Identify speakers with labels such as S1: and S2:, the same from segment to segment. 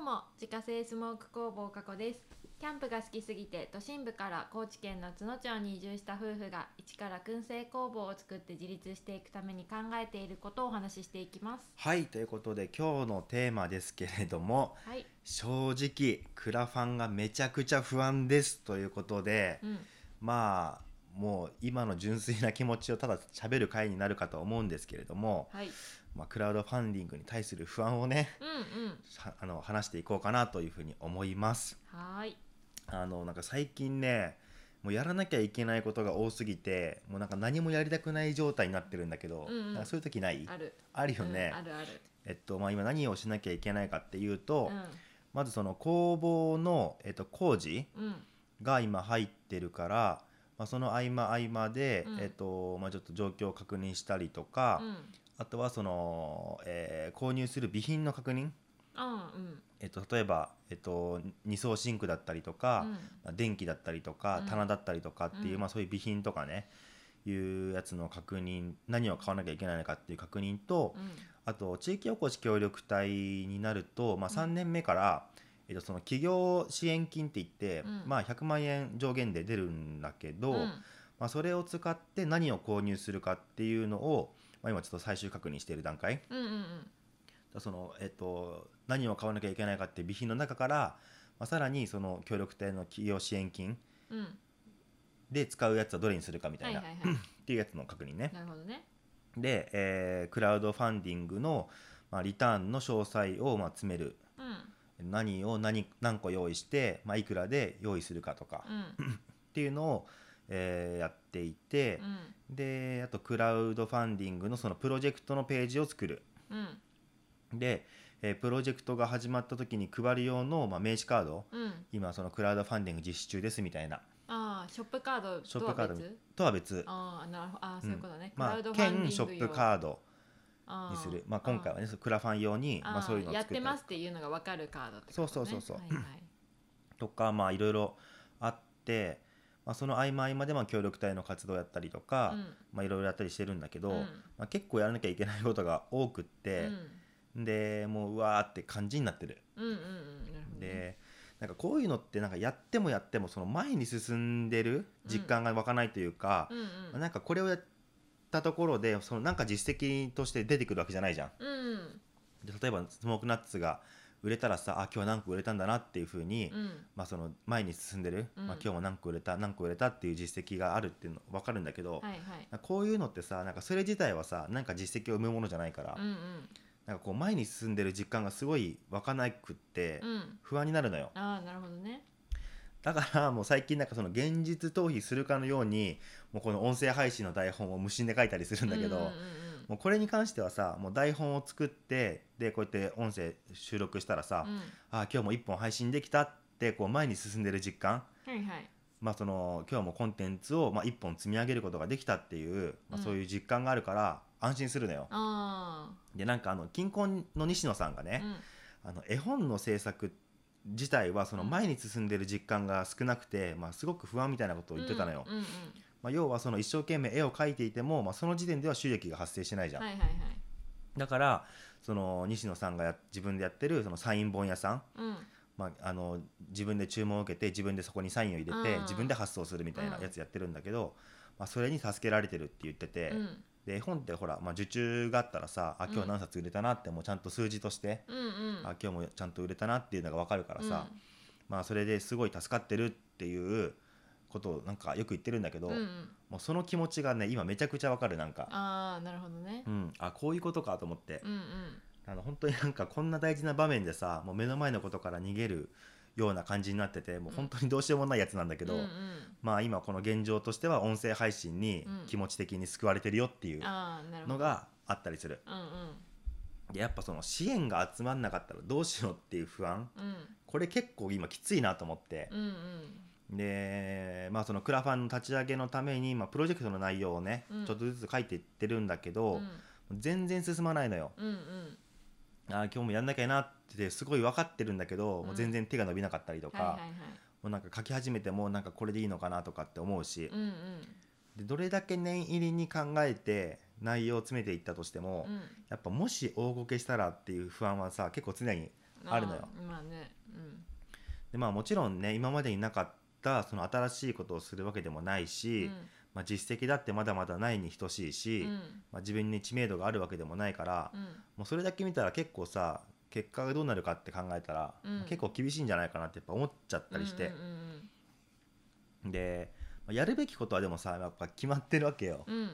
S1: も自家製スモーク工房加古ですキャンプが好きすぎて都心部から高知県の津野町に移住した夫婦が一から燻製工房を作って自立していくために考えていることをお話ししていきます
S2: はいということで今日のテーマですけれども
S1: はい、
S2: 正直クラファンがめちゃくちゃ不安ですということで
S1: うん、
S2: まあもう今の純粋な気持ちをただ喋る回になるかと思うんですけれども、
S1: はい
S2: まあ、クラウドファンディングに対する不安をね
S1: うんうん
S2: はあの話していこうかなというふうに思います。
S1: はーい
S2: あのなんか最近ねもうやらなきゃいけないことが多すぎてもうなんか何もやりたくない状態になってるんだけど、
S1: うんうん
S2: なんかそういう時ない
S1: ある
S2: あるよね
S1: うん、あるある
S2: えっとまあ、今何をしなきゃいけないかっていう
S1: うん
S2: と、まずその工房の、えっと、工事
S1: うん
S2: が今入ってるから、まあ、その合間合間で、
S1: うん
S2: えっとまあ、ちょっと状況を確認したりとか、
S1: うん
S2: あとはその、えー購入する備品の確認、
S1: うんうん
S2: えっと、例えば、えっと、二層シンクだったりとか、まあ電気だったりとか
S1: うん
S2: 棚だったりとかっていう、
S1: うん
S2: まあ、そういう備品とかねいうやつの確認何を買わなきゃいけないのかっていう確認と、
S1: うん
S2: あと地域おこし協力隊になると、まあ、
S1: うん
S2: 3年目から、えっと、その企業支援金っていって、
S1: うん
S2: まあ、100万円上限で出るんだけど、
S1: うん
S2: まあ、それを使って何を購入するかっていうのを、まあ、今ちょっと最終確認している段階
S1: うんうんうん
S2: その、えっと、何を買わなきゃいけないかっていう備品の中から、まあ、さらにその協力隊の企業支援金
S1: うん
S2: で使うやつはどれにするかみた
S1: はいい
S2: な、
S1: はいは
S2: っていうやつの確認ね
S1: い。なるほどね
S2: で、えークラウドファンディングの、まあ、リターンの詳細を、まあ、詰める
S1: うん
S2: 何を何何個用意して、まあ、いくらで用意するかとか
S1: うん
S2: っていうのを、えーやっていて
S1: う、ん
S2: であとクラウドファンディングのそのプロジェクトのページを作る
S1: うん
S2: で、えープロジェクトが始まった時に配る用の、まあ、名刺カード
S1: うん
S2: 今そのクラウドファンディング実施中ですみたいな
S1: ああショップカード
S2: ショ
S1: と
S2: ッ
S1: は
S2: プカード
S1: 別
S2: とは別
S1: ああなるほどああそういうことね、
S2: ま
S1: クラウ
S2: あ
S1: ドファンディング
S2: 兼ショップカード
S1: ー
S2: にするまあ、今回
S1: は、
S2: はねそのクラファン用に
S1: あー
S2: まあ、そういうのを
S1: やっ
S2: 作ってたり
S1: ますっていうのが分かるカードってこと、ね、
S2: そうそうそうそう
S1: はいはい、
S2: とかまあいろいろあって、まあ、その合間合間でまあ協力隊の活動やったりとか、
S1: うん
S2: まあ、いろいろやったりしてるんだけど、
S1: うん
S2: まあ、結構やらなきゃいけないことが多くっ
S1: う
S2: て、
S1: ん
S2: でもううわーって感じになってる。
S1: うんうんうんなるほどね、
S2: でなんかこういうのってなんかやってもやってもその前に進んでる実感が湧かないというか
S1: う、んうん
S2: まあなんかこれをやったところでそのなんか実績として出てくるわけじゃないじゃん。
S1: うん
S2: で例えばスモークナッツが売れたらさあ今日何個売れたんだなっていうふうに、
S1: うん
S2: まあ、その前に進んでる、
S1: うん
S2: まあ、今日も何個売れた何個売れたっていう実績があるっていうの分かるんだけ
S1: は
S2: ど、
S1: いはい
S2: こういうのってさなんかそれ自体はさなんか実績を生むものじゃないから、
S1: うんうん
S2: なんかこう前に進んでる実感がすごい湧かなくって
S1: うん
S2: 不安になるのよ、
S1: ああなるほどね
S2: だからもう最近なんかその現実逃避するかのようにもうこの音声配信の台本を無心で書いたりするんだけど、
S1: うんうん
S2: もうこれに関してはさもう台本を作ってでこうやって音声収録したらさ、
S1: うんうん
S2: あ今日も1本配信できたってこう前に進んでる実感
S1: はいはい
S2: まあ、その今日もコンテンツを、まあ、1本積み上げることができたっていう、まあ、
S1: うん
S2: そういう実感があるから安心するのよ。
S1: あ
S2: でなんかあの近婚の西野さんが
S1: あ、う
S2: ね、
S1: ん、
S2: あの絵本の制作自体はその
S1: うん
S2: 前に進んでる実感が少なくて、まあ、すごく不安みたいなことを言ってたのよ。
S1: うんうん
S2: まあ、要はその一生懸命絵を描いていても、まあ、その時点では収益が発生しないじ
S1: う
S2: ゃ
S1: ん、
S2: ん。
S1: はいはいはい
S2: だからその西野さんがや自分でやってるそのサイン本屋さん、
S1: うん
S2: まあ、あの自分で注文を受けて自分でそこにサインを入れて
S1: うん
S2: 自分で発送するみたいなやつやってるんだけど、まあ、それに助けられてるって言ってて、
S1: うん
S2: で絵本ってほら、まあ、受注があったらさあ
S1: うん
S2: 今日何冊売れたなってもうちゃんと数字として、
S1: うんうん
S2: あ今日もちゃんと売れたなっていうのが分かるからさ、まあ、それですごい助かってるっていうことをなんかよく言ってるんだけど、
S1: うんうん、
S2: もうその気持ちがね今めちゃくちゃ分かるなんか。
S1: ああなるほどね
S2: う、ん、あこういうことかと思って、
S1: うんうん
S2: あの本当になんかこんな大事な場面でさもう目の前のことから逃げるような感じになっててもう本当にどうしようもないやつなんだけど、
S1: うんうん
S2: まあ今この現状としては音声配信に
S1: うん
S2: 気持ち的に救われてるよっていう
S1: ああなるほ
S2: の
S1: ど
S2: があったりする。
S1: うんうん
S2: でやっぱその支援が集まんなかったらどうしようっていう不安
S1: うん
S2: これ結構今きついなと思って、
S1: うん
S2: でまあそのクラファンの立ち上げのために、まあ、プロジェクトの内容をね、
S1: うん
S2: ちょっとずつ書いていってるんだけ
S1: うんう
S2: ど、
S1: ん
S2: 全然進まないのよ。
S1: うんうん
S2: あー今日もやんなきゃなってすごい分かってるんだけど、
S1: うん
S2: もう全然手が伸びなかったりとか、
S1: はいはいはい
S2: もうなんか書き始めてもなんかこれでいいのかなとかって思うし
S1: う、んうん
S2: でどれだけ念入りに考えて内容を詰めていったとしても、
S1: うん
S2: やっぱもし大ごけしたらっていう不安はさ結構常にあるのよ
S1: まあねうん
S2: でまあもちろんね今までになかったその新しいことをするわけでもないうし、
S1: ん
S2: まあ、実績だってまだまだないに等しいし、
S1: うん
S2: まあ、自分に知名度があるわけでもないから、
S1: うん
S2: もうそれだけ見たら結構さ結果がどうなるかって考えたら、
S1: うん
S2: まあ結構厳しいんじゃないかなってやっぱ思っちゃったりして、
S1: うんうん
S2: で、まあやるべきことはでもさやっぱ決まってるわけよ
S1: う、んうん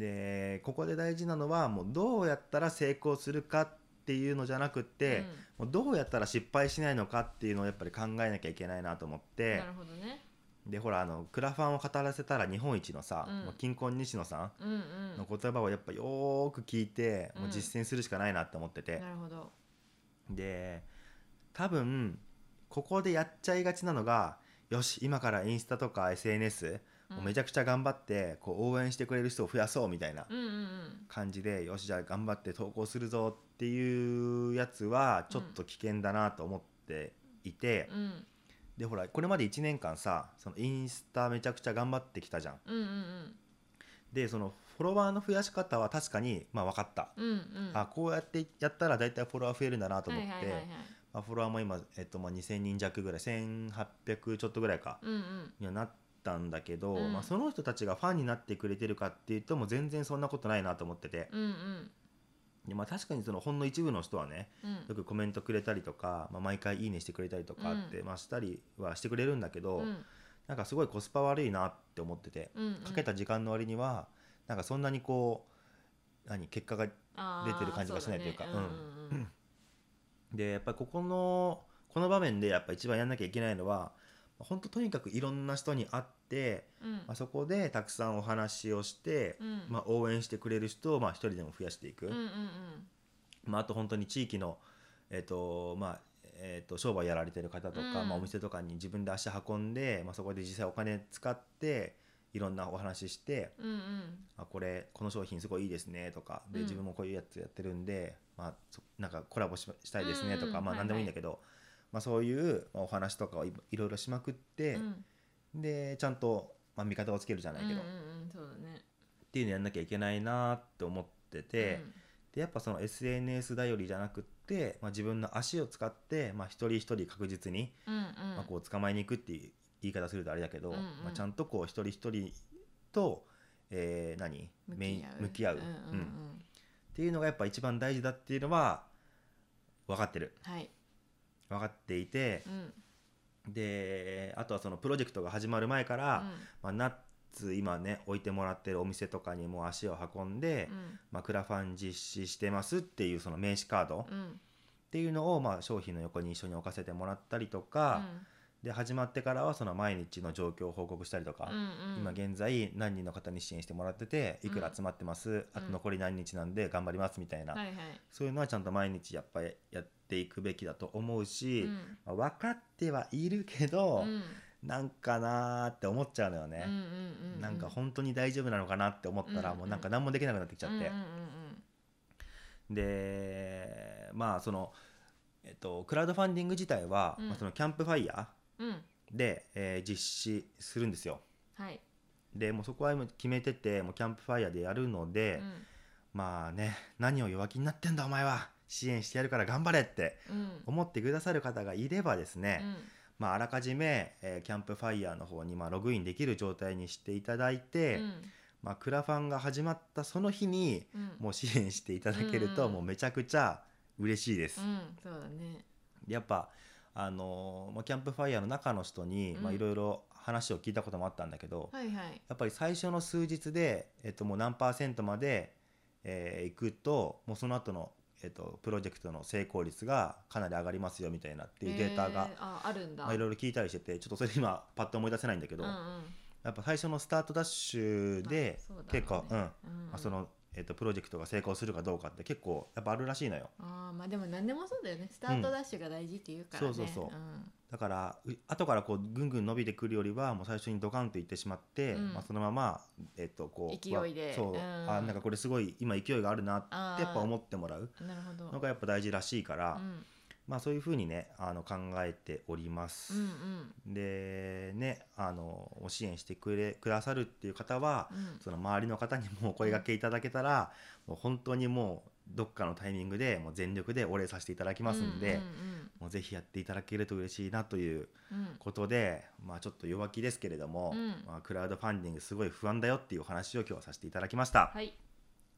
S2: でここで大事なのはもうどうやったら成功するかっていうのじゃなくって、もうどうやったら失敗しないのかっていうのをやっぱり考えなきゃいけないなと思っ
S1: うん
S2: て
S1: なるほどね
S2: でほらあのクラファンを語らせたら日本一のさ、
S1: うん
S2: もう金婚西野さ
S1: うんうん
S2: んの言葉をやっぱよーく聞いて、もう実践するしかないなって思ってて、
S1: なるほど
S2: で多分ここでやっちゃいがちなのがよし今からインスタとか SNS、もうめち
S1: ゃ
S2: ゃくちゃ頑張ってこう応援してくれる人を増やそうみたいな
S1: うんうんうん
S2: 感じで、よしじゃあ頑張って投稿するぞっていうやつはちょっと危険だなと思っていて、
S1: うん
S2: でほらこれまで1年間さそのインスタめちゃくちゃ頑張ってきたじゃん。
S1: うんうん
S2: でそのフォロワーの増やし方は確かにまあ分かった、
S1: うんうんうん
S2: あこうやってやったら大体フォロワー増えるんだなと思って、
S1: はいはいはいはい
S2: まあ、フォロワーも今、えっと、まあ2000人弱ぐらい1800ちょっとぐらいか
S1: うんうん
S2: にはなったんだけど、
S1: うん
S2: まあ、その人たちがファンになってくれてるかっていうともう全然そんなことないなと思ってて、
S1: うんうん
S2: でまあ、確かにそのほんの一部の人はね
S1: うん
S2: よくコメントくれたりとか、まあ、毎回「いいね」してくれたりとかって、まあ、したりはしてくれるんだけど、
S1: うん
S2: なんかすごいコスパ悪いなって思ってて、
S1: うんうん
S2: かけた時間の割にはなんかそんなにこう何結果が
S1: あ
S2: 出
S1: ー
S2: てる感じがしないというか
S1: そだねうんうん
S2: でやっぱりここのこの場面でやっぱ一番やんなきゃいけないのは本当とにかくいろんな人に会って、
S1: うん
S2: まあ、そこでたくさんお話をして、
S1: うん
S2: まあ、応援してくれる人をまあ一人でも増やしていく、
S1: うんうん
S2: まあ、あと本当に地域の、えっとまあえっと商売やられてる方とか、
S1: うん
S2: まあ、お店とかに自分で足運んで、まあ、そこで実際お金使っていろんなお話しして
S1: うんうんうん
S2: あこれこの商品すごいいいですねとかで
S1: うん
S2: 自分もこういうやつやってるんで、まあ、そなんかコラボししたいですねと
S1: うんう
S2: か、
S1: ん
S2: ま
S1: は
S2: あ、
S1: いはい
S2: 何でもいいんだけど、まあ、そういう、まあ、お話とかをいいろいろしまくって、
S1: うん
S2: でちゃんと、まあ、味方をつけるじゃないけど、
S1: う
S2: っ
S1: んうんうんそうだね
S2: ていうのやんなきゃいけないなって思ってて、
S1: うん
S2: でやっぱその SNS 頼りじゃなくって、まあ、自分の足を使って、まあ、一人一人確実に、
S1: うんうん
S2: まあ、こう捕まえに行くっていう言い方するとあれだけど、
S1: うんうん
S2: まあ、ちゃんとこう一人一人と、えー何メイン向き合う。
S1: んん
S2: うん
S1: ん
S2: っていうのがやっぱ一番大事だっていうのは分かってる
S1: はい
S2: 分かっていて
S1: う、ん
S2: であとはそのプロジェクトが始まる前から、まあ、ナッツ今ね置いてもらってるお店とかにも足を運んで、
S1: うん
S2: まあ、クラファン実施してますっていうその名刺カードっ
S1: うんうん
S2: ていうのを、まあ、商品の横に一緒に置かせてもらったりとか、で始まってからはその毎日の状況を報告したりとか
S1: う、んうん
S2: 今現在何人の方に支援してもらってていくら集まってます、あと残り何日なんで頑張りますみたいな
S1: はいはい
S2: そういうのはちゃんと毎日やっぱりやっていくべきだと思うし、
S1: うん
S2: まあ分かってはいるけど、
S1: うん
S2: なんかなーって思っちゃうのよね
S1: うんう、んうん
S2: なんか本当に大丈夫なのかなって思ったら、
S1: うん
S2: もうなんか何もできなくなってきちゃって
S1: うん、うん
S2: でまあそのえっとクラウドファンディング自体は、
S1: うん
S2: まあ、そのキャンプファイヤ
S1: うんうんうん
S2: ーで、えー実施するんですよ
S1: はい
S2: でもうそこはもう決めててもうキャンプファイヤーでやるので、
S1: うん
S2: まあね何を弱気になってんだお前は支援してやるから頑張れって
S1: うん
S2: 思ってくださる方がいればですね、
S1: うん
S2: まあ、あらかじめ、えーキャンプファイヤーの方に、まあ、ログインできる状態にしていただいて、
S1: うん
S2: まあ、クラファンが始まったその日に
S1: うん
S2: もう支援していただけると、
S1: うんうん
S2: もうめちゃくちゃ嬉しいです。
S1: うんそうだね
S2: でやっぱあのーまあ、キャンプファイヤーの中の人に
S1: うん
S2: まあいろいろ話を聞いたこともあったんだけど、
S1: はいはい
S2: やっぱり最初の数日で、えっと、もう何パーセントまで、えー行くともうその後のえっとプロジェクトの成功率がかなり上がりますよみたいなっていうデータが
S1: へーああるんだ
S2: まあ、いろいろ聞いたりしててちょっとそれ今パッと思い出せないんだけど、
S1: うん
S2: や
S1: うん
S2: っぱ最初のスタートダッシュで
S1: あそうだろうね
S2: 結構うん、
S1: う
S2: ま
S1: んう
S2: あ
S1: ん
S2: その、えっとプロジェクトが成功するかどうかって結構やっぱあるらしいのよ
S1: あーまあでも何でもそうだよねスタートダッシュが大事って言うからね、
S2: うんそうそうそうんだからう後からこうぐんぐん伸びてくるよりはもう最初にドカンといってしまって、
S1: うん
S2: まあ、そのまま、えっとこう
S1: 勢いで
S2: わそう、
S1: うん
S2: あなんかこれすごい今勢いがあるなって
S1: あー
S2: やっぱ思ってもらう
S1: なるほど
S2: のがやっぱ大事らしいから、
S1: うん
S2: まあ、そういうふうにねあの考えております。
S1: うんうん
S2: でねあのお支援してくれくださるっていう方は、
S1: うん
S2: その周りの方にもお声がけいただけたら、もう本当にもうどっかのタイミングでもう全力でお礼させていただきますんで、
S1: うんうんうん
S2: もうぜひやっていただけると嬉しいなという
S1: うん
S2: ことで、まあ、ちょっと弱気ですけれど
S1: う
S2: も、
S1: ん
S2: まあ、クラウドファンディングすごい不安だよっていうお話を今日はさせていただきました、
S1: はい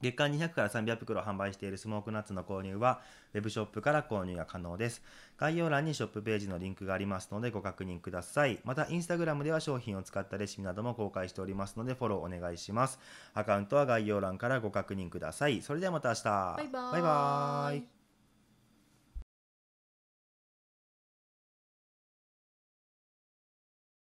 S2: 月間200から300袋販売しているスモークナッツの購入はウェブショップから購入が可能です概要欄にショップページのリンクがありますのでご確認くださいまたインスタグラムでは商品を使ったレシピなども公開しておりますのでフォローお願いしますアカウントは概要欄からご確認くださいそれではまた明日
S1: バイバーイ
S2: バイバーイ